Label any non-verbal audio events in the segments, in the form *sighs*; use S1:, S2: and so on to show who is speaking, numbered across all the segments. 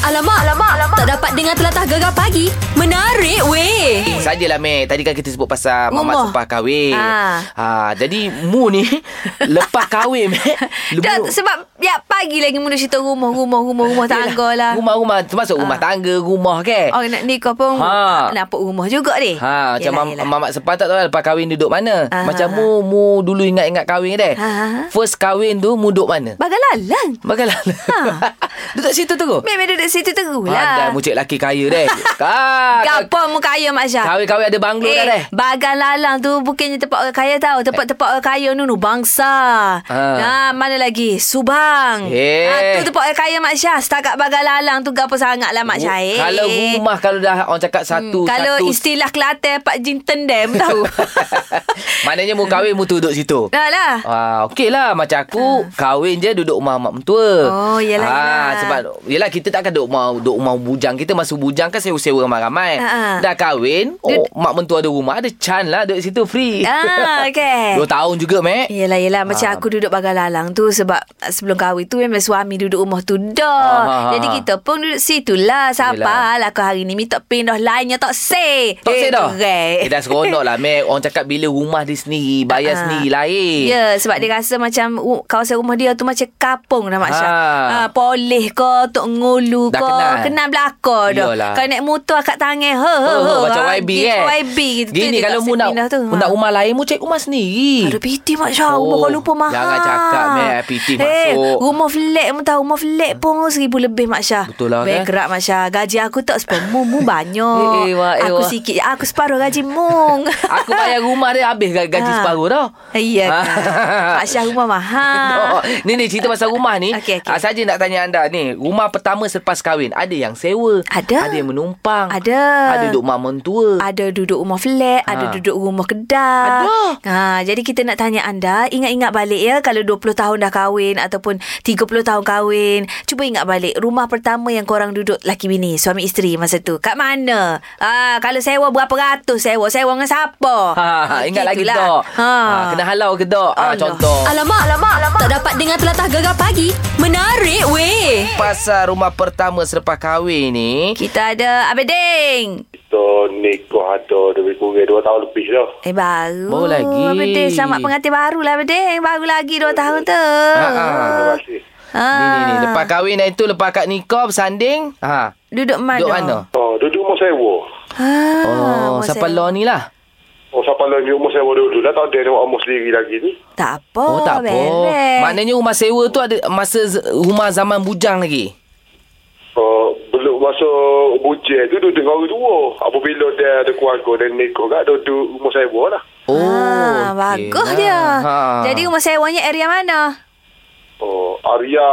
S1: Alamak, alamak, alamak. Tak dapat dengar telatah gegar pagi. Menarik, weh.
S2: Eh, Sajalah Mek Tadi kan kita sebut pasal Mamat
S1: Umur.
S2: sempah kahwin
S1: Ah.
S2: ha. Jadi
S1: *laughs*
S2: Mu ni Lepas kahwin Mek
S1: Tak,
S2: lebu-
S1: sebab ya pagi lagi mula cerita rumah, rumah, rumah, rumah tangga lah.
S2: Rumah-rumah Termasuk rumah tangga Rumah ke
S1: Orang nak nikah pun
S2: Ha.
S1: nampak rumah juga deh.
S2: Ha, macam mam, mamak sepah tak tahu lah lepas kahwin duduk mana.
S1: Ah.
S2: Macam mu, mu dulu ingat-ingat kahwin deh.
S1: Ah.
S2: First kahwin tu mu duduk mana?
S1: Bagalalang.
S2: Bagalah.
S1: Ha.
S2: *laughs* duduk situ Ah, tu.
S1: Memang duduk situ terus
S2: Pandai
S1: lah.
S2: mu cik laki kaya
S1: *laughs*
S2: deh. Ka,
S1: Gapo mu kaya Mak Syah?
S2: kahwin-kahwin ada banglo dah deh.
S1: Eh, bagan lalang tu bukannya tempat orang kaya tau. Tempat-tempat orang kaya ni nu bangsa.
S2: Ha.
S1: Nah, mana lagi? Subang.
S2: Eh.
S1: Ah, tu tempat orang kaya Mak Syah. Setakat bagan lalang tu gapo sangatlah Mak Syah. Eh.
S2: Oh, Kalau rumah kalau dah orang cakap satu
S1: Hmm, kalau
S2: satu.
S1: istilah Kelantan Pak Jinten Dam
S2: *laughs*
S1: tahu.
S2: Maknanya mu kahwin mu tu duduk situ.
S1: Dah
S2: *laughs*
S1: lah.
S2: Ah, okey lah Macam aku Kahwin je duduk rumah mak mentua
S1: Oh, yelah,
S2: ah,
S1: yelah.
S2: Sebab Yelah kita takkan duduk rumah Duduk rumah bujang Kita masuk bujang kan Sewa-sewa ramai-ramai
S1: Ha, ha.
S2: Dah kahwin oh, Mak mentua ada rumah Ada can lah Duduk situ free
S1: Ah, okey.
S2: *laughs* Dua tahun juga Mac
S1: Yelah, yelah. Macam
S2: Ah.
S1: aku duduk bagai lalang tu sebab sebelum kahwin tu memang suami duduk rumah tu
S2: Ah, ah,
S1: dah. Jadi
S2: ah.
S1: kita pun duduk situ lah.
S2: Yelah.
S1: Sampai lah aku hari ni minta pindah lainnya tak say.
S2: Tak
S1: eh,
S2: eh, dah
S1: gerai.
S2: Eh dah seronok lah Mac Orang cakap bila rumah dia sendiri Bayar
S1: Ah.
S2: sendiri lain
S1: Ya, sebab dia rasa macam ru- kawasan rumah dia tu macam kapung dah Mak Syah.
S2: Ah.
S1: Ha. poleh ke, Tok Ngulu
S2: Dah
S1: ke,
S2: kenal.
S1: kenal belakang dah.
S2: Iyalah.
S1: Kalau naik motor kat tangan, ho, ho,
S2: Oh,
S1: ho.
S2: macam
S1: ha,
S2: YB
S1: pergi
S2: kan
S1: YB gitu. Tu
S2: Gini
S1: dia
S2: kalau
S1: tak
S2: mu
S1: set
S2: nak,
S1: pindah tu. Ha.
S2: mu nak rumah lain Mu cek rumah sendiri
S1: Aduh piti Mak Syah Rumah
S2: Oh,
S1: kau lupa mahal
S2: jangan cakap, Mek. PT
S1: Eh,
S2: masuk.
S1: rumah flat Mu tahu rumah flat pun Seribu lebih Mak Syah
S2: Betul lah, kan?
S1: Bergerak Mak Syah Gaji aku tak separuh Mu, mu banyak
S2: *laughs* Eh, eh, wah, eh,
S1: Aku
S2: wah.
S1: sikit Aku separuh gaji mung
S2: *laughs* Aku bayar rumah dia habis ga- gaji
S1: Ah.
S2: separuh dah.
S1: *laughs* Iya
S2: *laughs* Ah.
S1: kan Mak
S2: *laughs*
S1: Syah rumah
S2: No.
S1: mahal
S2: Ni ni cerita pasal rumah ni.
S1: Okey, okey.
S2: Ah, saja nak tanya anda ni, rumah pertama selepas kahwin ada yang sewa,
S1: Ada.
S2: ada yang menumpang,
S1: Ada.
S2: Ah. ada duduk mak mentua.
S1: ada duduk rumah flat, ha. ada
S2: Ha.
S1: duduk rumah kedai.
S2: Ada.
S1: Ha, jadi kita nak tanya anda, ingat-ingat balik ya kalau 20 tahun dah kahwin ataupun 30 tahun kahwin, cuba ingat balik rumah pertama yang korang duduk laki bini, suami isteri masa tu. Kat mana? Ha, kalau sewa berapa ratus sewa? Sewa dengan siapa? Eh,
S2: Ha, ingat lagi
S1: gitulah.
S2: tak?
S1: Ah, Ha.
S2: Ah, kena halau ke tak? Ah,
S1: Allah.
S2: contoh.
S1: Alamak, alamak, alamak. Tak dapat dengar telatah gegar pagi. Menarik weh.
S2: Pasal rumah pertama selepas kahwin ni.
S1: Kita ada Abang Ding.
S3: So nikah ada lebih kurang dua tahun lebih dah.
S1: Eh baru
S2: Baru lagi.
S1: Bedeh Selamat pengantin baru lah Bedeh Baru lagi 2 tahun tu
S2: Ah,
S3: Terima
S2: Ha.
S3: kasih.
S1: ha.
S2: Ni ni ni lepas kahwin dah itu lepas kat nikah bersanding. Ha.
S1: Duduk mana
S2: Duduk mana?
S3: Oh, duduk rumah sewa.
S1: ha.
S2: Oh,
S1: masa-
S2: siapa law ni lah.
S3: Oh, siapa lagi rumah sewa dulu dah tak ada nak rumah sendiri lagi ni.
S1: Tak apa
S2: Oh, tak apa.
S1: beres.
S2: Maknanya rumah sewa tu ada masa z- rumah zaman bujang lagi.
S3: Oh, belum masa bujang tu duduk dengan orang tua. Apabila dia ada keluarga dan nikah kat duduk rumah sewa lah.
S2: Oh,
S1: ha,
S2: okey
S1: Bagus
S2: lah.
S1: dia Jadi rumah sewanya area mana?
S3: Oh, Arya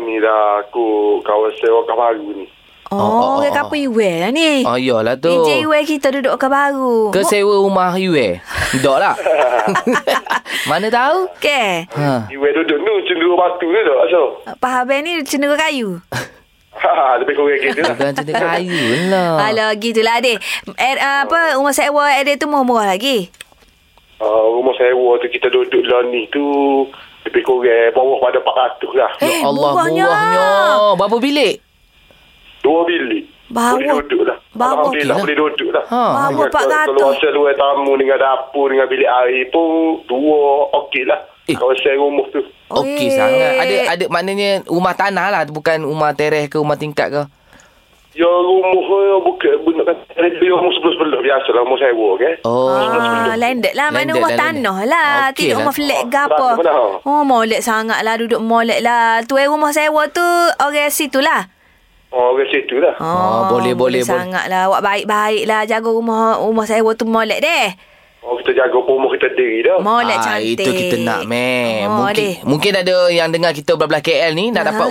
S3: ni dah aku kawan sewa kat baru ni.
S1: Oh,
S2: Oh, oh,
S1: oh,
S2: oh,
S1: oh,
S2: oh.
S1: kapal Iwel lah ni
S2: Oh, iyalah tu.
S1: DJ Iwel kita duduk kat baru
S2: Ke sewa rumah you eh?
S1: *laughs*
S2: Dok lah. Mana tahu?
S1: Okay
S2: Ha.
S3: Iwe duduk tu cenderung batu tu tak so.
S1: Paha Ben ni cenderung kayu
S3: Ha, lebih kurang
S2: *laughs*
S3: gitu lah.
S2: Bukan cerita kayu lah.
S1: Alah gitulah adik er, Apa rumah sewa adik tu murah-murah lagi
S3: Uh, rumah sewa tu kita duduk lah ni tu lebih kurang bawah pada 400 lah.
S2: Ya
S1: Eh,
S2: Allah,
S1: murahnya.
S2: murahnya. Berapa bilik?
S3: Dua bilik.
S1: Bawah.
S3: Boleh duduk lah.
S1: Bawah.
S3: Alhamdulillah
S2: Okey lah.
S3: boleh duduk lah.
S2: Ha. Bawah
S3: Dengan
S1: Pak
S3: ke-
S1: Gatot.
S3: Keluasan luar tamu dengan dapur dengan bilik air pun dua okey lah.
S2: Eh.
S3: Kawasan rumah tu.
S2: Okey
S1: Oi.
S2: sangat. Ada ada maknanya rumah tanah lah. Bukan rumah teres ke rumah tingkat ke.
S3: Ya rumah eh, bukan bukan kata lebih rumah sebelah-sebelah biasa lah rumah sewa ke.
S2: Oh.
S1: Ah, landed lah. Mana
S2: Landed
S1: rumah
S2: lah,
S1: tanah
S2: landed.
S1: lah.
S2: Okey
S1: Tidak
S2: lah.
S1: rumah flat ke
S3: Oh,
S1: apa.
S3: mana?
S1: Oh, molek sangat lah. Duduk molek lah. Tuan rumah sewa tu orang situ lah.
S3: Oh, orang situ lah.
S2: Ha.
S1: Oh,
S2: Ah, boleh, boleh, boleh.
S1: sangat lah. Awak baik-baik lah. Jaga rumah rumah sewa tu molek deh.
S3: Oh, kita jaga rumah kita diri dah.
S1: Molek cantik.
S2: Ah, Itu kita nak, meh.
S1: Oh,
S2: mungkin,
S1: deh.
S2: mungkin ada yang dengar kita belah-belah KL ni nak
S1: Ha.
S2: dapat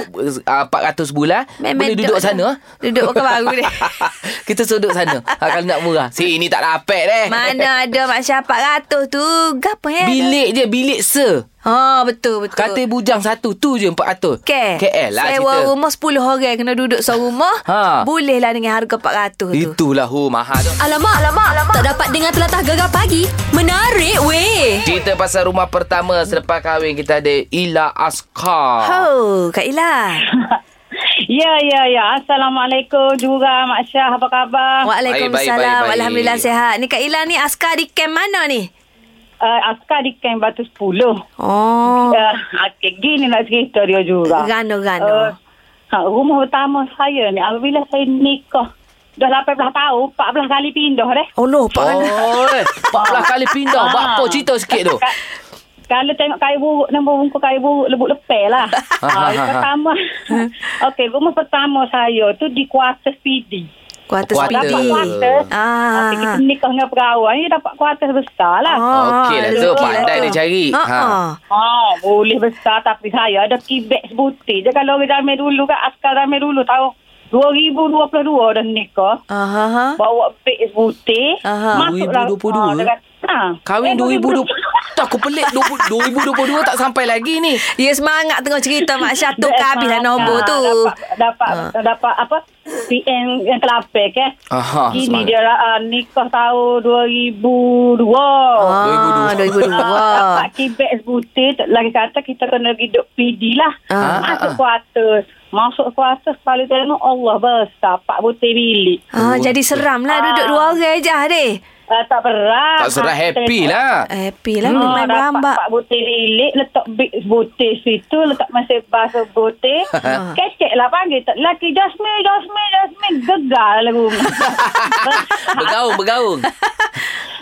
S2: uh, 400 bulan.
S1: Memang
S2: boleh duduk
S1: duduk dah.
S2: sana.
S1: *laughs* Duduk ke baru deh.
S2: *laughs* kita sudut sana. ha, kalau nak murah. Sini tak eh. dapat deh. *laughs*
S1: Mana ada masyarakat 400 tu. Gapa ya?
S2: Bilik je, bilik se.
S1: Ha, betul, betul.
S2: Katil bujang satu, tu je 400.
S1: Ke?
S2: KL lah
S1: Sewa
S2: cerita.
S1: rumah 10 orang kena duduk seorang rumah.
S2: Ha.
S1: Boleh lah dengan harga 400 tu.
S2: Itulah hu mahal tu.
S1: Alamak, alamak, alamak. Tak dapat dengar telatah gegar pagi. Menarik weh.
S2: Cerita pasal rumah Ah. *laughs* pertama selepas kahwin kita ada Ila Askar.
S1: Ho, Kak Ila.
S4: Ya, ya, ya. Assalamualaikum juga, Mak Syah. Apa khabar?
S1: Waalaikumsalam.
S2: Baik, baik, baik, baik.
S1: Alhamdulillah sihat. Ni Kak Ila ni askar di camp mana ni?
S4: Uh, Askar di Kain Batu 10.
S1: Oh.
S4: Uh, okay, gini nak cerita dia juga.
S1: Gano, gano.
S4: Uh, ha, rumah utama saya ni, apabila saya nikah, dah 18 tahun, 14 kali pindah deh.
S1: Oh, no. Pak Ana.
S2: Oh, eh, 14 kali
S1: *laughs*
S2: pindah. Buat apa cerita sikit tu?
S4: Ka- Kalau tengok kayu buruk, nombor bungkus kayu buruk, lebuk lepel
S1: *laughs*
S4: lah. ha, yang pertama, okey, rumah pertama saya tu di kuarter PD.
S1: Kuartus
S2: Kuartus.
S1: PD.
S4: Dapat kuarter.
S1: Ah. Oh.
S4: Okey, kita nikah dengan perawan, ni dapat kuarter besar lah.
S2: Okey lah tu, pandai dia cari.
S1: Ha.
S2: Ha.
S4: Ah, boleh besar tapi saya ada kibet sebutir je kalau orang ramai dulu kan askar ramai dulu tahu 2022 dah nikah
S1: Aha. ha.
S4: bawa beg sebutir
S1: Aha.
S4: masuklah
S2: 2022?
S4: Ah, dia kata, ha,
S2: Kahwin
S4: eh,
S2: 2020. Tak, aku pelik 20- 2022 tak sampai lagi ni.
S1: Ya semangat tengah cerita *laughs* Mak Syah tu
S4: Beg
S1: kan habislah
S4: semangat.
S1: nombor tu. Ha.
S4: Dapat dapat, dapat apa? PN yang kelapek eh.
S2: Aha,
S4: Gini
S2: semangat.
S1: lah.
S4: dia uh, nikah tahun 2002.
S1: Ah,
S4: Ah.
S1: 2002.
S2: 2002.
S4: Dapat kibet sebutir Lagi kata kita kena pergi duk PD lah
S1: Ah.
S4: Masuk kuartus Masuk kuartus Sekali tengok Allah besar Pak butir bilik
S1: *laughs* Ah, jadi seram lah duduk dua orang je deh.
S4: uh, Tak berat Ah,
S2: Tak serah happy
S1: *laughs*
S2: lah.
S1: Happy lah hmm, main berambak.
S4: Pak butir bilik Letak big butir situ Letak masih basuh
S1: *laughs*
S4: butir
S1: Ah.
S4: Kecek lah panggil tak- Laki Jasmine Jasmine Jasmine Gegar lah
S2: *laughs*
S4: rumah
S2: Bergaung, bergaung.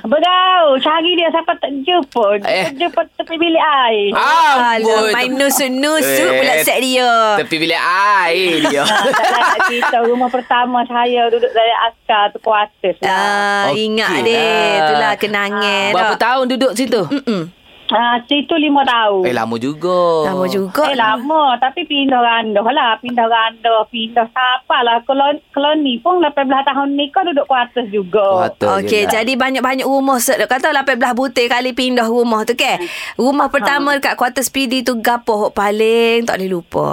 S4: Bergaul Cari dia siapa tak jumpa
S2: Eh.
S4: Jumpa tepi bilik air
S2: Ah,
S1: Alah, main nusuk-nusuk
S2: Eh,
S1: pula set dia.
S2: Tepi bilik air
S1: *laughs*
S2: dia.
S4: tak nak cerita rumah pertama saya duduk dari askar tu kuartus lah.
S1: Ah,
S2: Okey
S1: ingat
S2: lah.
S1: deh. Itulah kenangan.
S2: Berapa
S1: tak?
S2: tahun duduk situ?
S1: mm.
S4: Ah, situ lima tahun.
S2: Eh, lama juga.
S1: Lama juga.
S4: Eh lama tapi pindah randah lah Pindah randah Pindah siapa lah Kalau, kalau ni pun 18 tahun ni kau duduk kuartus juga
S2: Kuartus je
S1: Okey,
S2: lah.
S1: jadi banyak-banyak rumah set dok kata 18 butir kali pindah rumah tu ke. Rumah pertama dekat kuartus PD tu gapo hok paling tak boleh lupa.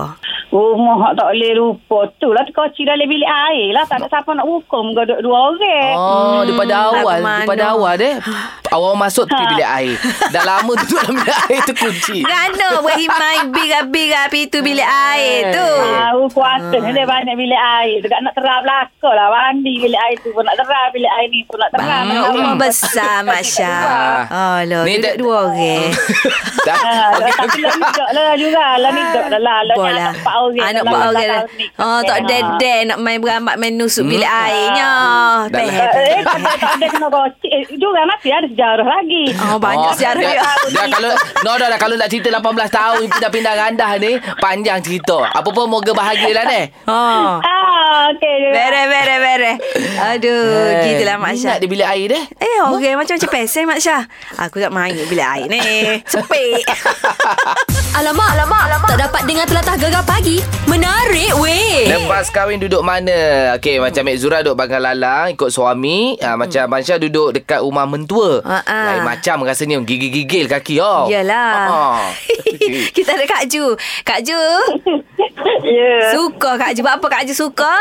S4: Rumah hak tak boleh lupa Tu lah tu kau cik dalam bilik air lah Tak ada siapa nak hukum Kau duduk dua
S1: Mm.
S4: orang
S2: Oh, daripada awal,
S1: lagu mana?
S2: daripada awal
S1: *sighs*
S2: deh. Awal masuk tepi bilik air.
S1: *laughs*
S2: Dah lama duduk dalam bilik air tu kunci.
S1: Gano berhimai bira-bira pintu bilik air tu.
S4: Tahu kuasa
S1: Ah.
S4: ni dia banyak bilik air. Dekat nak terang belakang lah. Mandi bilik air tu pun nak terang. Bilik air ni pun nak terang.
S1: Banyak
S4: Nak
S1: Mm, rumah
S4: terang.
S1: Hmm, besar Masya.
S2: Ah.
S1: Alah,
S2: Ni
S1: duduk
S2: tak-
S1: dua orang.
S2: Dah.
S4: Ha,
S2: Okey,
S4: tapi
S2: okey.
S4: lah nidok lah juga. Lah nidok lah lah. Lah ni
S1: Bola.
S4: anak pak orang.
S1: Anak
S4: Lah
S1: pak orang
S4: lah
S1: dah.
S4: tahun ni.
S1: Oh, tak
S4: Ha.
S1: dedek nak main berambat main nusuk bilik airnya.
S2: Dah
S1: Beh,
S2: lah.
S4: Tak,
S1: beh,
S4: Eh,
S1: beh.
S4: tak ada- tak ada kena rocik. Eh,
S5: lah,
S4: Juga masih ada sejarah lagi.
S1: *laughs* Oh, banyak
S2: Oh,
S1: sejarah
S2: dah-
S1: dia.
S2: Dah kalau No dah, dah Kalau nak cerita 18 tahun Pindah-pindah randah ni Panjang cerita Apa pun moga bahagia lah ni
S1: Oh.
S4: Ah, okey. juga.
S1: Bere, bere, bere. Aduh,
S2: Eh,
S1: gitulah Mak Syah.
S2: Minat dia bilik air deh
S1: Eh, orang macam-macam pesen Mak Syah. Aku tak main bila air ni. Sepik.
S6: *laughs* Alamak, alamak, alamak. Tak dapat dengar telatah gegar pagi. Menarik weh.
S2: Lepas kahwin duduk mana? Okey, hmm. macam Mek Zura duduk Bangal Lalang ikut suami, ah
S1: Hmm.
S2: macam Mansha duduk dekat rumah mentua.
S1: Ha, ha.
S2: Lain macam rasanya gigil-gigil kaki oh.
S1: Yalah.
S2: Ha.
S1: Kita ada Kak Ju. Kak Ju,
S5: Ya,
S1: suka Kak Ju. Buat apa Kak Ju suka?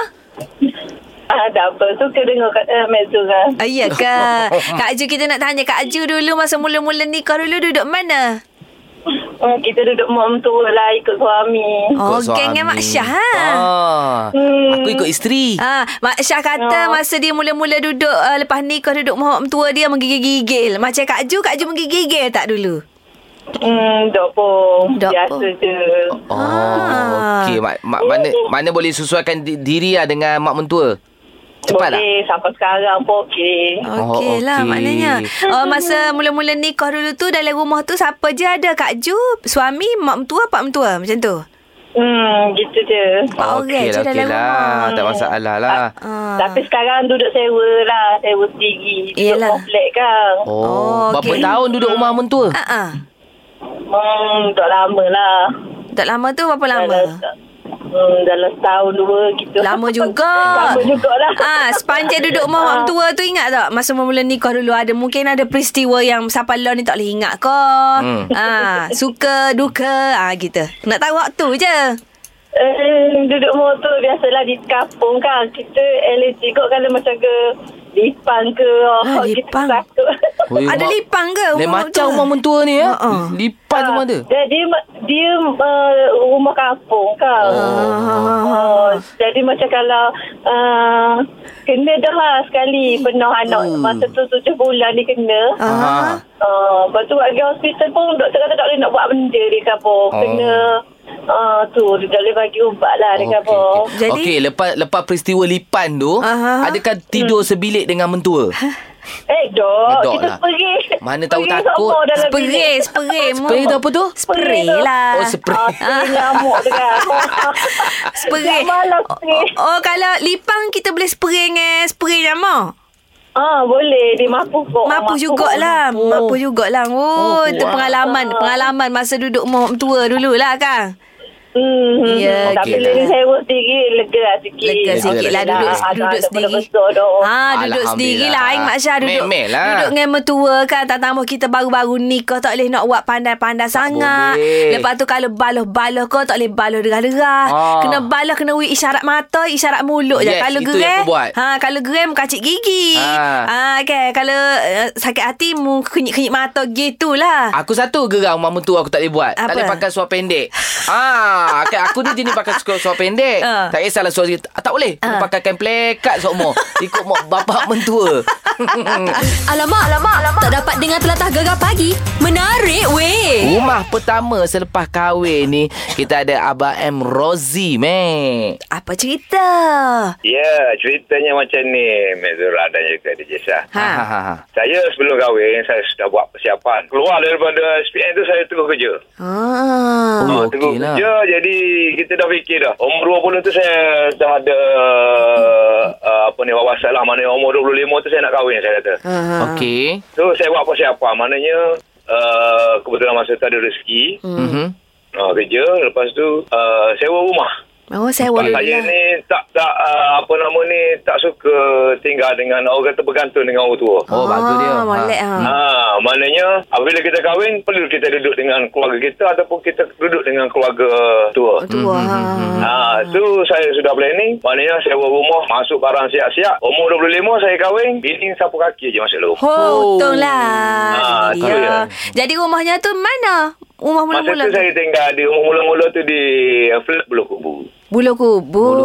S5: ah, tak apa. Suka dengar kat uh, Mezura.
S1: Oh, iya ke?
S2: *laughs*
S1: Kak Ju, kita nak tanya Kak Ju dulu masa mula-mula nikah dulu duduk mana?
S5: Hmm, kita duduk mak mentua lah ikut suami.
S1: *laughs* Oh,
S2: Ikut
S1: geng dengan
S2: suami.
S1: Mak Syah. Ha? Hmm.
S2: Ha. Aku ikut isteri.
S1: Ah, Mak Syah kata
S5: Eh. Ya.
S1: masa dia mula-mula duduk uh, lepas nikah duduk mohon tua dia menggigil-gigil. Macam Kak Ju, Kak Ju menggigil tak dulu?
S5: Hmm, dok pun.
S1: Dok
S5: Biasa
S1: pun.
S5: je.
S2: Oh,
S1: Ah.
S2: okey. Mak, mak, mana mana boleh sesuaikan di, diri lah dengan mak mentua?
S1: oh,
S2: Cepat
S1: lah.
S2: tak?
S5: boleh, sampai sekarang pun Ah, okey.
S2: Oh,
S1: Okey lah
S2: okey.
S1: maknanya uh,
S5: *laughs*
S1: Masa mula-mula nikah dulu tu Dalam rumah tu siapa je ada Kak Ju Suami, mak mentua, pak mentua Macam tu
S5: Hmm, gitu je.
S1: Empat orang
S2: Okey
S1: je
S2: lah, okey
S1: dalam
S2: lah.
S1: rumah.
S2: Tak masalah lah.
S1: Ah.
S5: Tapi sekarang duduk sewa lah. Sewa sendiri.
S1: Yelah.
S5: Duduk komplek kan.
S2: Oh,
S1: Oh,
S2: berapa
S1: okey.
S2: tahun duduk rumah mentua?
S1: Ah, ah.
S5: Hmm, duduk lama lah.
S1: Tak lama tu berapa
S5: Dalam,
S1: lama?
S5: hmm, dalam setahun dua gitu.
S1: Lama juga
S5: lama juga lah.
S1: Ah, Sepanjang duduk rumah mak mentua tu Ingat tak Masa mula-mula nikah dulu Ada mungkin ada peristiwa Yang siapa lah ni tak boleh ingat ke
S2: Hmm.
S1: ah, Suka, duka ah, Gitu Nak tahu waktu je
S5: Eh, duduk motor biasalah di kampung kan. Kita allergy kot kalau macam ke lipang ke.
S1: Ah,
S5: oh, kita
S1: lipang.
S5: takut.
S1: Ada lipang ke
S2: Dia
S1: rumah
S2: macam
S1: mertua?
S2: rumah mentua ni ya.
S1: Ha, ha.
S4: Ah.
S2: Lipat rumah
S5: *laughs*
S2: dia.
S5: Dia, dia, dia uh, rumah kampung kan.
S4: ha,
S1: Ah.
S5: Oh, jadi macam kalau uh, kena dah lah sekali penuh anak
S2: Hmm.
S5: masa tu tujuh bulan ni kena.
S1: Ah.
S2: Ah.
S5: Uh, lepas tu pergi hospital pun doktor kata tak boleh nak buat benda dia kapur. Oh.
S2: Oh.
S5: Kena uh, tu dia tak boleh bagi ubat lah dia
S2: Okey,
S5: kapur.
S2: okey.
S1: Jadi-
S2: Okey, lepas lepas peristiwa lipan tu,
S1: Aha.
S2: adakah tidur sebilik dengan
S1: *laughs*
S2: mentua?
S5: Eh dok,
S2: Dok
S5: kita
S2: lah.
S5: pergi.
S2: Mana tahu
S5: pergi
S2: takut.
S5: semua dalam
S1: Spray,
S5: bilik.
S1: spray.
S2: Spray tu apa tu?
S1: Spray lah.
S2: Oh,
S5: Ah,
S2: spray.
S5: spray nyamuk dekat.
S1: Spray.
S5: Setiap malam spray.
S1: Oh, oh, kalau lipang kita boleh spray dengan spray nyamuk.
S5: Ah, boleh. Dia mampu kok.
S4: Oh,
S1: Mampu jugalah.
S2: mampu.
S1: Mampu jugalah. Oh, itu
S2: kuat.
S1: pengalaman. Pengalaman masa duduk mak tua lah, dululah, Kang.
S5: Hmm.
S1: Ya,
S5: Tapi
S2: okey
S5: bila
S2: lah.
S5: dia sewa sendiri, lega lah sikit.
S1: Lega
S2: Lega
S1: sikit lah
S2: lah.
S1: duduk,
S2: Ah,
S1: duduk sendiri.
S5: Ha.
S1: Ha, duduk
S2: Alhamdulillah.
S1: sendiri lah. Aing Mak Syah duduk.
S2: Memel lah.
S1: Duduk dengan mertua kan. Tak tambah kita baru-baru ni kau tak boleh nak buat pandai-pandai sangat.
S2: boleh.
S1: Lepas tu kalau balah-balah kau tak boleh balah derah-derah.
S2: Ah.
S1: Kena balah kena wik isyarat mata, isyarat mulut je.
S2: Yes,
S1: Kalau
S2: itu yang
S1: geram,
S2: kau buat.
S1: ha kalau geram kacik gigi.
S2: Ah.
S1: Ha, kan kalau uh, sakit hati mu kenyit-kenyit mata gitulah.
S2: Aku satu gerang mama tu aku tak boleh buat.
S1: Apa?
S2: Tak boleh pakai suar pendek. ah, okay, aku ni jenis pakai suar, suar pendek.
S1: Ah.
S2: Tak kisahlah suar sikit. Ah, tak boleh.
S1: Ah.
S2: Aku pakai kain plekat sokmo. Ikut mak bapak *laughs*
S1: *laughs*
S2: mentua.
S6: Alamak, alamak, alamak. Tak dapat dengar telatah gegar pagi. Menarik weh.
S2: Rumah pertama selepas kahwin ni kita ada Abang M Rozi, meh.
S1: Apa cerita?
S7: Ya, ceritanya macam ni, Mek Zura dan juga DJ Syah.
S1: Ha.
S2: Ha ha ha.
S7: Saya sebelum kahwin, saya sudah buat persiapan. Keluar daripada SPM tu, saya tengah kerja.
S1: Ah.
S2: Oh,
S7: Ah,
S2: okey
S7: tengah
S2: lah.
S7: kerja, jadi kita dah fikir dah. Umur 20 tu saya dah ada, uh, apa ni, wawasan lah. Maknanya umur 25 tu saya nak kahwin, saya kata.
S1: Ah.
S2: Okey.
S7: So, saya buat persiapan. Maknanya, uh, kebetulan masa tu ada rezeki. Hmm.
S2: Mhm.
S7: Uh, kerja, lepas tu, uh, sewa rumah.
S1: Oh, saya boleh.
S7: Sebab saya ni tak tak uh, apa nama ni tak suka tinggal dengan orang kata bergantung dengan orang tua.
S2: Oh, bagus dia.
S1: Ah, molek ah.
S7: Ha, maknanya apabila kita kahwin perlu kita duduk dengan keluarga kita ataupun kita duduk dengan keluarga
S2: Hmm,
S7: tua.
S1: Tua.
S7: Ha, tu saya sudah planning. Maknanya sewa rumah, masuk barang siap-siap. Umur 25 saya kahwin, bini sapu kaki je masuk dalam rumah.
S1: Oh, untunglah.
S7: Ah,
S1: Jadi
S7: tu
S1: dia.
S7: dia.
S1: Jadi rumahnya tu mana? Rumah
S7: Masa
S1: mula-mula.
S7: tu saya tinggal di rumah mula-mula tu di uh, flat Bulu Kubu.
S1: Bulu kubur.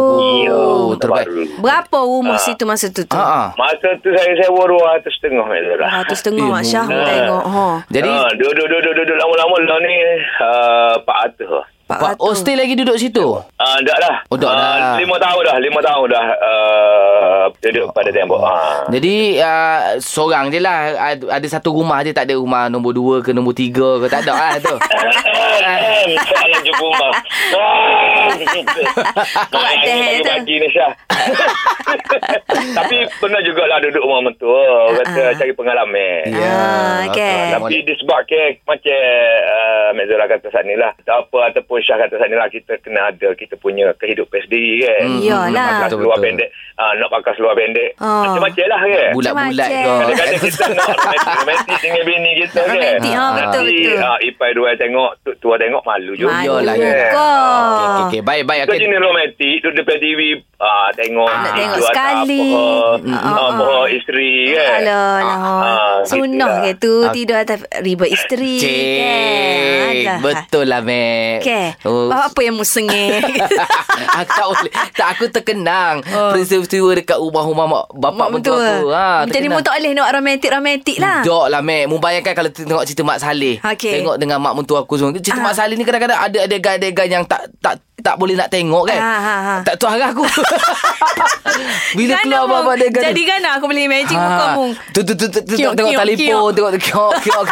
S2: Oh, terbaik.
S1: Berapa rumah situ masa tu tu?
S2: Ha ah.
S7: Masa tu saya sewa 200 tengah
S1: Ratus tengah
S2: Eh,
S1: Mak Syah
S2: murah.
S1: tengok. Ha.
S2: Jadi
S7: ha, duduk duduk duduk duduk lama-lama lah ni uh, 400 lah.
S2: Pak oh, still lagi duduk situ.
S7: Ah, dah lah.
S2: Oh, dah
S7: Ah,
S2: lah.
S7: lima tahun dah. Lima tahun dah uh, duduk pada tembok. Ah.
S2: Jadi uh, seorang je lah Ad- Ada satu rumah je Tak ada rumah nombor dua ke nombor tiga ke Tak ada lah
S1: *laughs*
S2: tu
S1: Ah,
S7: Soalan jumpa rumah.
S1: Kuat
S7: Kuat
S1: teh tu.
S7: Kaki ni Syah. *laughs* Tapi pernah jugalah duduk rumah mentua.
S1: Ah, ah.
S7: Kata cari pengalaman.
S1: Ya. Ah, okey.
S7: Tapi disebabkan macam uh, Mek Zora kata saat ni lah. Tak apa ataupun Syah kata saat ni lah. Kita kena ada kita punya kehidupan sendiri kan.
S2: Hmm,
S1: Yalah.
S7: Nak pakai
S2: Betul,
S7: seluar
S2: betul.
S7: pendek. Ah, nak pakai seluar pendek.
S1: Ah.
S7: Macam-macam lah kan.
S2: Bulat-bulat
S1: Macam
S2: kau *laughs*
S7: Kadang-kadang kita nak romantik dengan bini kita kan.
S1: Romantik, ah, betul,
S7: Nanti,
S1: betul.
S7: ah, ipai dua tengok, tuk tua tengok malu juga.
S1: Malu
S2: Yalah,
S1: juga.
S2: yalah.
S1: Ah,
S2: Okey, okey. Baik, baik
S7: Kita
S2: okay.
S7: jenis romantik, duduk depan TV, ah, tengok.
S1: Nak
S7: video
S1: tengok
S7: atas
S1: sekali.
S7: Apa,
S1: Ah, ah.
S7: apa, isteri kan.
S1: Alah, lah.
S7: ah,
S1: Sunnah ke
S7: gitulah.
S1: tu
S2: Ah.
S1: tidur atas ribut isteri. kan?
S2: Cik
S1: Alah.
S2: Betul lah Mac
S1: Okey.
S2: Oh,
S1: Apa yang mu
S2: *laughs*
S1: sengih?
S2: aku Ah, tak boleh tak aku terkenang oh. peristiwa dekat rumah-rumah mak, bapak mentua aku ha
S1: Jadi mu tak boleh nak romantik-romantik lah.
S2: Dok lah Mac Membayangkan kalau tengok cerita Mak Saleh
S1: Okey.
S2: Tengok dengan mak mentua aku semua Cerita
S1: Ah.
S2: Mak Saleh ni kadang-kadang Ada adegan-adegan yang tak tak tak boleh nak tengok kan
S1: Ah, ah, ah.
S2: Tak tahu arah
S1: *laughs*
S2: aku Bila
S1: Kan
S2: keluar
S1: Amung?
S2: apa-apa adegan tu.
S1: Jadi kan aku boleh imagine muka
S2: Ah,
S1: mu.
S2: Tu tu tu tu, tu
S1: Kiok,
S2: tengok tengok
S1: kiok,
S2: telefon tengok kiok
S1: *laughs*
S2: kiok.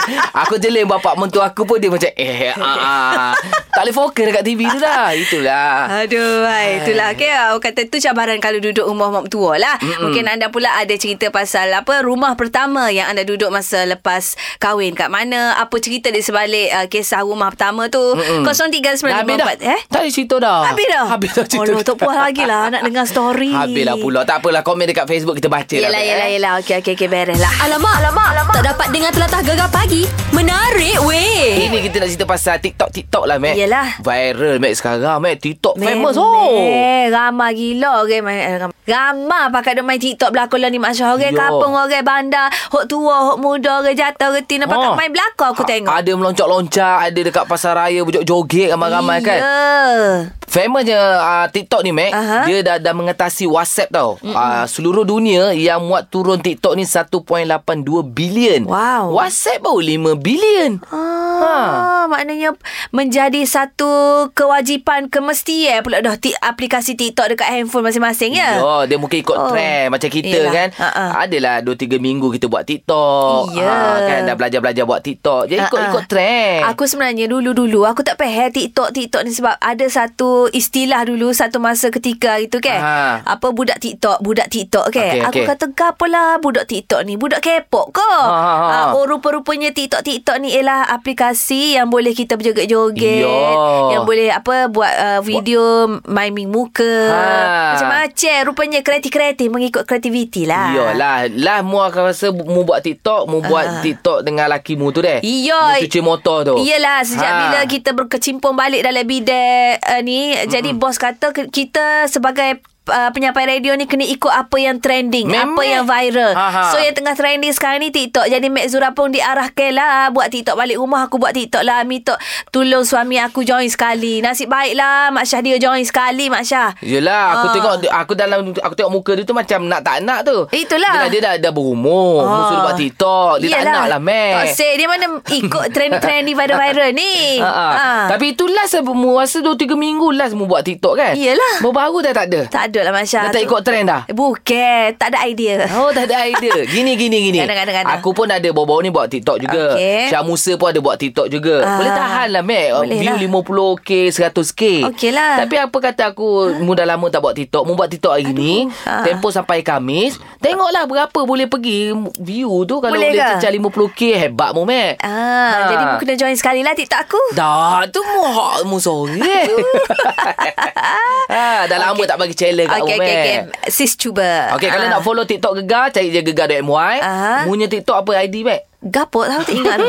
S2: Aku jeling bapak mentua aku pun dia macam eh ah,
S1: *laughs*
S2: ah. tak boleh fokus dekat TV tu dah. Itulah.
S1: Aduh, hai. itulah okay, aku kata tu cabaran kalau duduk rumah mak tua lah. Mm-mm. Mungkin anda pula ada cerita pasal apa rumah pertama yang anda duduk masa lepas kahwin kat mana, apa cerita di sebalik uh, ah, kisah rumah pertama tu.
S2: Dah habis dah.
S1: 039543 eh.
S2: Tak ada cerita tu dah.
S1: Habis dah?
S2: Habis dah cerita.
S1: Alah,
S2: tu
S1: tak puas lagi lah nak dengar story.
S2: *laughs* Habislah pula. Tak apalah komen dekat Facebook kita baca
S1: Yelah,
S2: lah.
S1: yelah, yelah. Okey, okey, okey. Beres lah.
S6: Alamak, alamak, alamak. Tak dapat dengar telatah gegar pagi. Menarik weh.
S2: Ini kita nak cerita pasal TikTok TikTok lah Mac
S1: Yelah.
S2: Viral Mac sekarang Mac TikTok famous oh
S1: Eh, ramai gila orang main. eh, ramai. Ramai pakai dia main TikTok belakang lah ni Mak Syah. Orang
S2: Ya.
S1: kapung, orang bandar, hok tua, hok muda, orang jatuh, orang tina. Pakai main belakang aku
S2: Ha-
S1: tengok.
S2: Ada meloncat-loncat, ada dekat pasar raya berjoget-joget ramai-ramai kan.
S1: Ya.
S2: Famousnya uh, TikTok ni Mac,
S1: Aha.
S2: dia dah dah mengatasi WhatsApp tau. Uh, seluruh dunia yang muat turun TikTok ni 1.82 bilion.
S1: Wow.
S2: WhatsApp baru 5 bilion.
S1: Ah, ha. maknanya menjadi satu kewajipan kemestian pula dah ti- aplikasi TikTok dekat handphone masing-masing ya.
S2: Ya, dia mungkin ikut
S1: Oh.
S2: oh. trend macam kita
S1: Yelah.
S2: Yelah. kan.
S1: Ha, ha.
S2: Adalah 2 3 minggu kita buat TikTok.
S1: Ya.
S2: Ah, kan dah belajar-belajar buat TikTok. Jadi
S1: Ha,
S2: ikut
S1: ha.
S2: ikut trend.
S1: Aku sebenarnya dulu-dulu aku tak faham TikTok TikTok ni sebab ada satu istilah dulu satu masa ketika itu kan.
S2: Ha.
S1: Apa budak TikTok, budak TikTok kan.
S2: Okey,
S1: aku
S2: okey.
S1: kata gapalah budak TikTok ni, budak K-pop ke.
S2: Ha, ha, ha.
S1: Ah, oh rupa-rupanya TikTok TikTok ni ialah aplikasi yang boleh kita berjoget-joget,
S2: Ya.
S1: yang boleh apa buat uh, video miming muka.
S2: Ha.
S1: Macam-macam rupanya kreatif-kreatif mengikut kreativiti lah.
S2: Iyalah Lah mu akan rasa Mu buat TikTok Mu
S1: Ah.
S2: buat TikTok dengan laki mu tu deh
S1: Iya.
S2: Mu cuci motor tu
S1: Iyalah sejak ha.
S2: Ha.
S1: bila kita berkecimpung balik dalam bidang uh, ni mm jadi bos kata ke- kita sebagai Uh, penyampai radio ni kena ikut apa yang trending
S2: Memang. eh?
S1: Apa yang viral
S2: Aha.
S1: So yang tengah trending sekarang ni TikTok Jadi Mek Zura pun diarahkan lah Buat TikTok balik rumah Aku buat TikTok lah Mitok tolong suami aku join sekali Nasib baik lah Mak Syah dia join sekali Mak Syah
S2: Yelah aku
S1: Ah.
S2: tengok Aku dalam Aku tengok muka dia tu Macam nak tak nak tu
S1: Itulah. Ah.
S2: Yelah dia dah, dah berumur Mu suruh Oh, buat TikTok Dia tak nak lah Mac
S1: Tak sik Dia mana ikut trend-trend ni viral-viral ni
S2: *laughs* Ha, ha.
S1: Ah.
S2: Tapi itu last Mu rasa 2-3 minggu Last mu buat TikTok kan
S1: Iyalah.
S2: Baru-baru dah tak ada
S1: Tak ada lah Masya
S2: Dah tak ikut trend
S1: *laughs*
S2: dah?
S1: Eh, Bukan Tak ada idea
S2: Oh
S1: *laughs*
S2: tak ada idea Gini gini gini
S1: Kadang, kadang, kadang.
S2: Aku pun ada bawa-bawa ni Buat TikTok juga
S1: Okey.
S2: Syah Musa pun ada buat TikTok juga
S1: Ah.
S2: Boleh tahan lah Mac
S1: Boleh
S2: View
S1: lah.
S2: 50k 100k
S1: Okey lah.
S2: Tapi apa kata aku Mu dah lama tak buat TikTok Mu buat TikTok hari ni
S1: Ah.
S2: Tempoh sampai Kamis Tengoklah berapa boleh pergi View tu Kalau
S1: Boleh ke?
S2: boleh, cecah 50k Hebat mu Mac
S1: Ah, Jadi mu kena join sekali lah TikTok aku
S2: Dah tu mu hak mu sorang *laughs* ha, Dah lama
S1: Okey.
S2: tak bagi challenge kat
S1: okay, okay,
S2: mu Mac
S1: okay. Sis cuba
S2: Okey, kalau
S1: Ah.
S2: nak follow TikTok Gegar, cari je gegar.my.
S1: Ah.
S2: Punya TikTok apa ID, Mac?
S1: Gapot tau lah, tak
S2: *laughs*
S1: ingat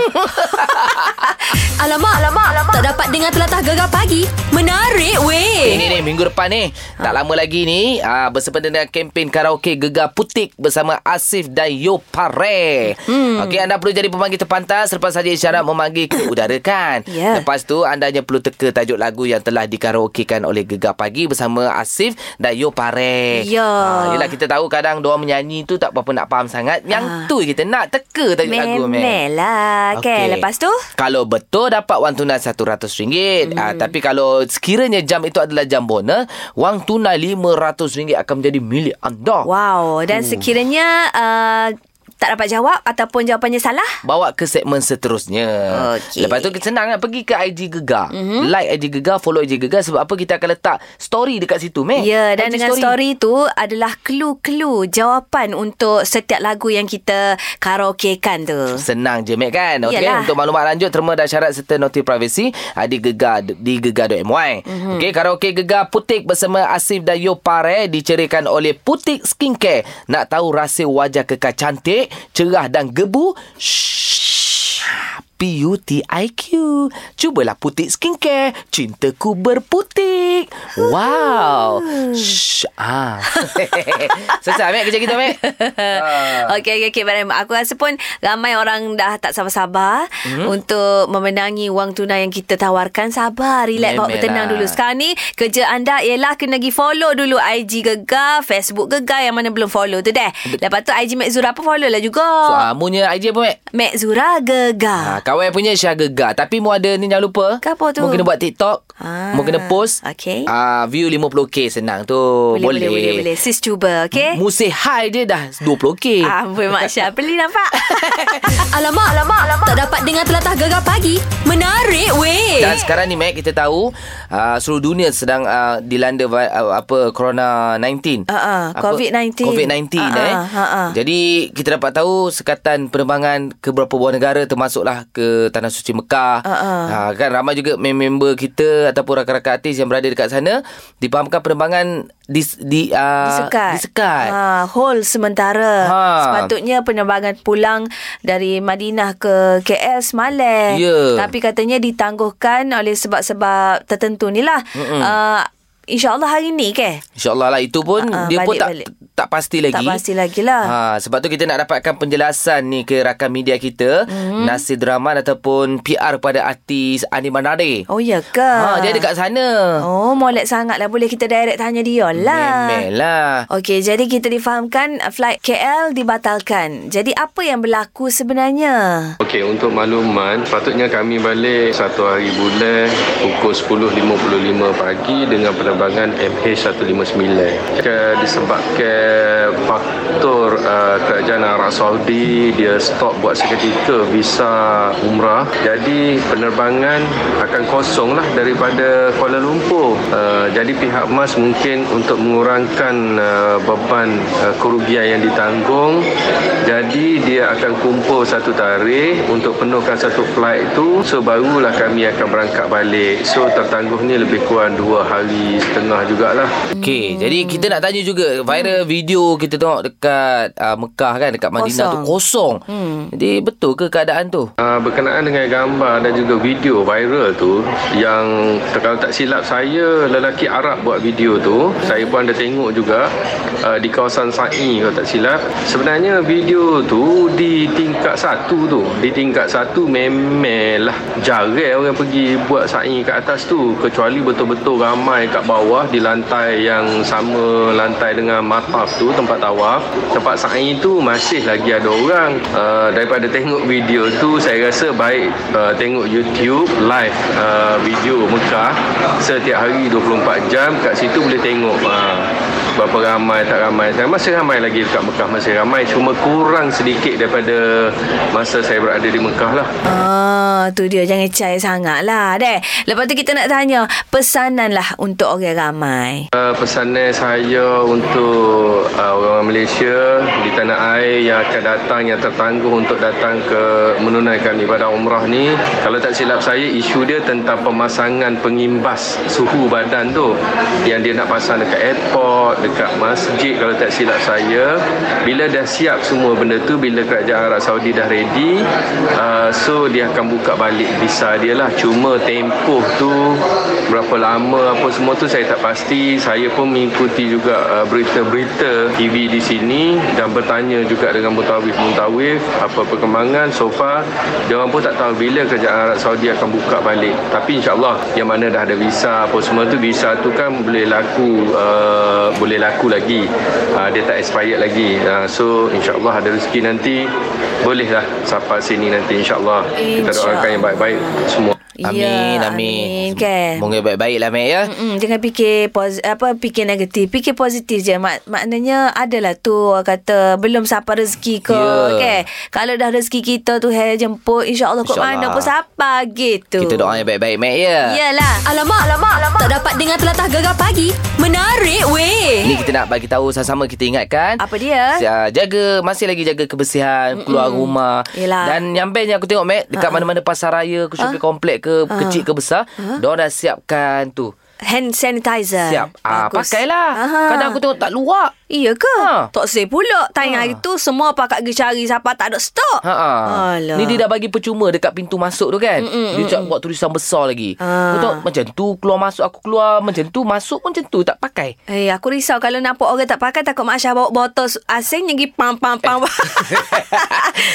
S6: Alamak, alamak, alamak. Tak dapat dengar telatah gegar pagi. Menarik
S2: Eh,
S6: weh.
S2: ni, ni, minggu depan ni. Tak lama lagi ni, ah, bersempena dengan kempen karaoke Gegar Putik bersama Asif dan Yopare. Hmm. Okey, anda perlu jadi pemanggil terpantas selepas saja isyarat memanggil ke udara kan.
S1: *coughs* Ya.
S2: Lepas tu, anda hanya perlu teka tajuk lagu yang telah dikaraokekan oleh Gegar Pagi bersama Asif dan Yopare.
S1: Ya.
S2: Ah, yelah, kita tahu kadang diorang menyanyi tu tak apa-apa nak faham sangat. Yang
S1: Ah.
S2: tu kita nak teka tajuk lagu, Mac.
S1: Memel lah okay.
S2: Okey.
S1: Lepas tu
S2: Kalau betul dapat wang tunai RM100 hmm. ha, Tapi kalau sekiranya jam itu adalah jam bonus Wang tunai RM500 akan menjadi milik anda
S1: Wow Dan sekiranya uh, Tak dapat jawab Ataupun jawapannya salah
S2: Bawa ke segmen seterusnya
S1: Okey. Mhm.
S2: Lepas tu senang kan Pergi ke IG Gegar mm-hmm. Like IG Gegar Follow IG Gegar Sebab apa kita akan letak Story dekat situ meh.
S1: Ya, dan
S2: IG
S1: dengan story. story tu adalah clue-clue jawapan untuk setiap lagu yang kita karaokekan tu.
S2: Senang je Mac kan Okey
S1: Yalah.
S2: Untuk maklumat lanjut Terma dan syarat serta noti privasi ah, Di Gegar Di Gegar.my mm-hmm. Okey Karaoke Gegar Putik Bersama Asif dan Yopare Dicerikan oleh Putik Skincare Nak tahu rahsia wajah kekal cantik Cerah dan gebu Shhh PUTIQ Cubalah Putik Skincare Cintaku berputik Wow Shhh ah. *laughs* Selesai Mac kerja kita Mac Ah.
S1: Okey, okey, okey. Madam. Aku rasa pun ramai orang dah tak sabar-sabar hmm? untuk memenangi wang tunai yang kita tawarkan. Sabar, relax, bawa
S2: Memel
S1: bertenang
S2: lah.
S1: dulu. Sekarang ni, kerja anda ialah kena pergi follow dulu IG Gegar, Facebook Gegar yang mana belum follow tu deh. Lepas tu IG Mek Zura pun follow lah juga.
S2: So, ah, Munya idea apa Mac?
S1: Mek Zura
S2: Ha,
S1: Gegar.
S2: kawan punya Syah gegar Tapi mu ada ni jangan lupa
S1: Ah. Ke apa tu?
S2: Mu kena buat TikTok
S1: Ah,
S2: Mu kena post
S1: okey.
S2: Ah, View 50k senang Ah, tu
S1: boleh, boleh, boleh. Sis cuba, okey? Ah,
S2: Mu say hi dia dah 20k
S1: Amboi Mak Syah Pelik nampak
S6: Alamak, alamak, alamak. Tak dapat dengar telatah gegar pagi. Menarik weh.
S2: Dan sekarang ni Mac kita tahu uh, seluruh dunia sedang uh, dilanda vi- uh, apa corona 19.
S1: Ah, ah,
S2: Apa?
S1: COVID-19.
S2: COVID-19
S1: Ah, ah,
S2: eh.
S1: ah, ah.
S2: Jadi kita dapat tahu sekatan penerbangan ke beberapa buah negara termasuklah ke ke Tanah Suci Mekah.
S1: Uh-uh.
S2: Ha, kan ramai juga mem- member kita ataupun rakan-rakan artis yang berada dekat sana dipahamkan penerbangan di di uh,
S1: Disekat.
S2: disekat.
S1: Ha, hold sementara.
S2: Ha.
S1: Sepatutnya penerbangan pulang dari Madinah ke KL semalam.
S2: Ya.
S1: Tapi katanya ditangguhkan oleh sebab-sebab tertentu ni lah. Uh, InsyaAllah hari ni ke?
S2: InsyaAllah lah itu pun
S1: Ah, ah,
S2: dia pun
S1: balik,
S2: tak
S1: balik.
S2: tak pasti lagi.
S1: Tak pasti lagi lah.
S2: Ha sebab tu kita nak dapatkan penjelasan ni ke rakan media
S1: Mhm.
S2: kita mm-hmm. Nasir Draman ataupun PR pada artis Ani Manare.
S1: Oh ya ke?
S2: Ha dia dekat sana.
S1: Oh, molek sangat lah. Boleh kita direct tanya dia lah.
S2: Memel lah.
S1: Okey, jadi kita difahamkan uh, flight KL dibatalkan. Jadi apa yang berlaku sebenarnya?
S8: Okey, untuk makluman, sepatutnya kami balik satu hari bulan pukul 10.55 pagi dengan penerbangan MH159. Ke, disebabkan faktor uh, kerajaan Arab Saudi, dia stop buat seketika visa umrah. Jadi, penerbangan akan kosong lah daripada Kuala Lumpur. Uh, jadi, pihak MAS mungkin untuk mengurangkan uh, beban uh, kerugian yang ditanggung, jadi dia akan kumpul satu tarikh untuk penuhkan satu flight tu so barulah kami akan berangkat balik so tertangguh ni lebih kurang dua hari setengah jugalah
S2: Okey, hmm. jadi kita nak tanya juga viral hmm. video kita tengok dekat uh, Mekah kan dekat Madinah
S1: Kosong.
S2: tu kosong. Hmm. Jadi betul ke keadaan tu?
S8: Uh, berkenaan dengan gambar dan juga video viral tu yang kalau tak silap saya lelaki Arab buat video tu saya pun ada tengok juga uh, di kawasan Sa'i kalau tak silap sebenarnya video tu di tingkat satu tu di tingkat satu memel lah jarang orang pergi buat Sa'i kat atas tu kecuali betul-betul ramai kat bawah di lantai yang sama lantai dengan mataf tu tempat tawaf tempat Sa'i tu masih lagi ada orang uh, daripada tengok video tu saya rasa baik uh, tengok YouTube live uh, video Mekah setiap hari 24 jam kat situ boleh tengok uh, berapa ramai tak ramai saya masih ramai lagi dekat Mekah masih ramai cuma kurang sedikit daripada masa saya berada di Mekah lah
S1: Ah, tu dia jangan cair sangat lah deh. Lepas tu kita nak tanya pesanan lah untuk orang ramai.
S8: Uh, pesanan saya untuk uh, orang Malaysia di tanah air yang akan datang yang tertangguh untuk datang ke menunaikan ibadah umrah ni kalau tak silap saya isu dia tentang pemasangan pengimbas suhu badan tu yang dia nak pasang dekat airport dekat masjid kalau tak silap saya bila dah siap semua benda tu bila kerajaan Arab Saudi dah ready uh, so dia akan buka balik visa dia lah cuma tempoh tu berapa lama apa semua tu saya tak pasti saya pun mengikuti juga uh, berita-berita TV di sini dan bertanya juga dengan mutawif-mutawif apa perkembangan so far dia orang pun tak tahu bila kerajaan Arab Saudi akan buka balik tapi insyaallah yang mana dah ada visa apa semua tu visa tu kan boleh laku uh, boleh laku lagi uh, dia tak expired lagi uh, so insyaallah ada rezeki nanti bolehlah sampai sini nanti insyaallah kita doakan yang baik-baik semua
S2: Amin, amin.
S1: Ya, Amin kan. Hmm,
S2: Moga baik-baik lah, Mek, ya.
S1: Mm-mm, jangan fikir poz, apa fikir negatif, fikir positif je. Mak, maknanya adalah tu orang kata belum sampai rezeki ke
S2: Ya.
S1: kan. Kalau dah rezeki kita tu hai jemput insya-Allah kot
S2: InsyaAllah.
S1: mana pun sampai gitu.
S2: Kita doa yang baik-baik, Mek, ya.
S1: Yalah.
S6: Alamak, alamak, alamak. Tak dapat dengar telatah gegar pagi. Menarik weh.
S2: Ini kita nak bagi tahu sama-sama kita ingatkan.
S1: Apa dia?
S2: Ya, jaga masih lagi jaga kebersihan Mm-mm. keluar rumah.
S1: Yelah. Ha.
S2: Dan yang best yang aku tengok Mac dekat mana-mana pasar raya ke shopping komplek ke kecil ke besar,
S1: Ha.
S2: uh dah siapkan tu.
S1: Hand sanitizer.
S2: Siap. Ah
S1: Bagus.
S2: pakailah.
S1: Aha.
S2: Kadang aku tengok tak luak.
S1: Iya ke?
S2: Ha.
S1: Tak saya pula. Tanya hari tu semua pakat pergi cari siapa tak ada stok.
S2: Ha ah.
S1: Alah.
S2: Ni dia dah bagi percuma dekat pintu masuk tu kan. Mm-mm, dia cakap buat tulisan besar lagi.
S1: Ah.
S2: Kau tahu macam tu keluar masuk aku keluar macam tu masuk pun macam tu tak pakai. *laughs*
S1: Eh, aku risau kalau nampak orang tak pakai takut Mak Syah bawa botol su- asing yang pergi pam pam pam.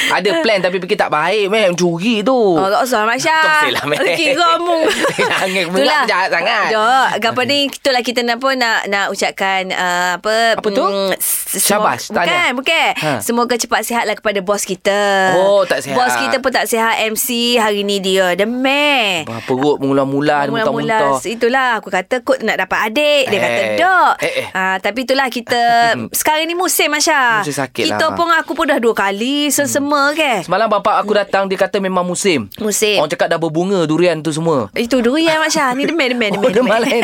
S2: Ada plan tapi fikir tak baik meh curi tu.
S1: *laughs* Oh, tak usah Mak Syah.
S2: Tak usah lah, Mek.
S1: Kira
S2: *laughs*
S1: mu.
S2: Jangan, Mak
S1: Itulah.
S2: jahat sangat.
S1: Dok, gapo ni itulah kita nak pun nak nak ucapkan uh, apa
S2: Apa tu?
S1: s-
S2: Syabas,
S1: semoga- Bukan,
S2: tahniah.
S1: bukan.
S2: Ha.
S1: Semoga cepat sihatlah kepada bos kita.
S2: Oh, tak sihat.
S1: Bos kita pun tak sihat MC hari ni dia. Demeh.
S2: Wah, perut mula-mula dia
S1: Mula-mula
S2: muntah-muntah.
S1: Itulah aku kata Kut nak dapat adik Dia
S2: Eh.
S1: kata dok
S2: Eh, eh.
S1: Ah, Tapi itulah
S2: *laughs*
S1: kita Sekarang ni musim Masya
S2: Musim sakit
S1: Kita
S2: lah.
S1: pun aku pun dah dua kali Sesema ke
S2: Semalam bapak aku datang dia kata memang musim.
S1: Musim.
S2: Orang cakap dah berbunga durian tu semua.
S1: Itu durian Masya Ni demam
S2: *laughs*
S1: demam
S2: Oh,
S1: demam *laughs*
S2: *laughs* demam lain.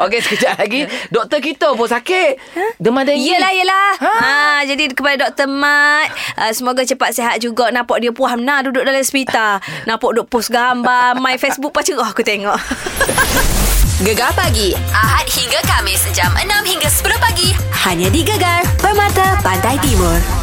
S2: Okey, sekejap lagi. Doktor kita pun sakit. Demam dengue.
S1: Yelah saya lah. Ha. ha. jadi kepada Dr. Mat, uh, semoga cepat sihat juga. Nampak dia puas nah duduk dalam
S6: *laughs*
S1: hospital. Nampak duk post gambar my Facebook pacar oh, aku tengok.
S6: Gegar pagi Ahad hingga Kamis jam 6 hingga 10 pagi hanya di Gegar Permata Pantai Timur.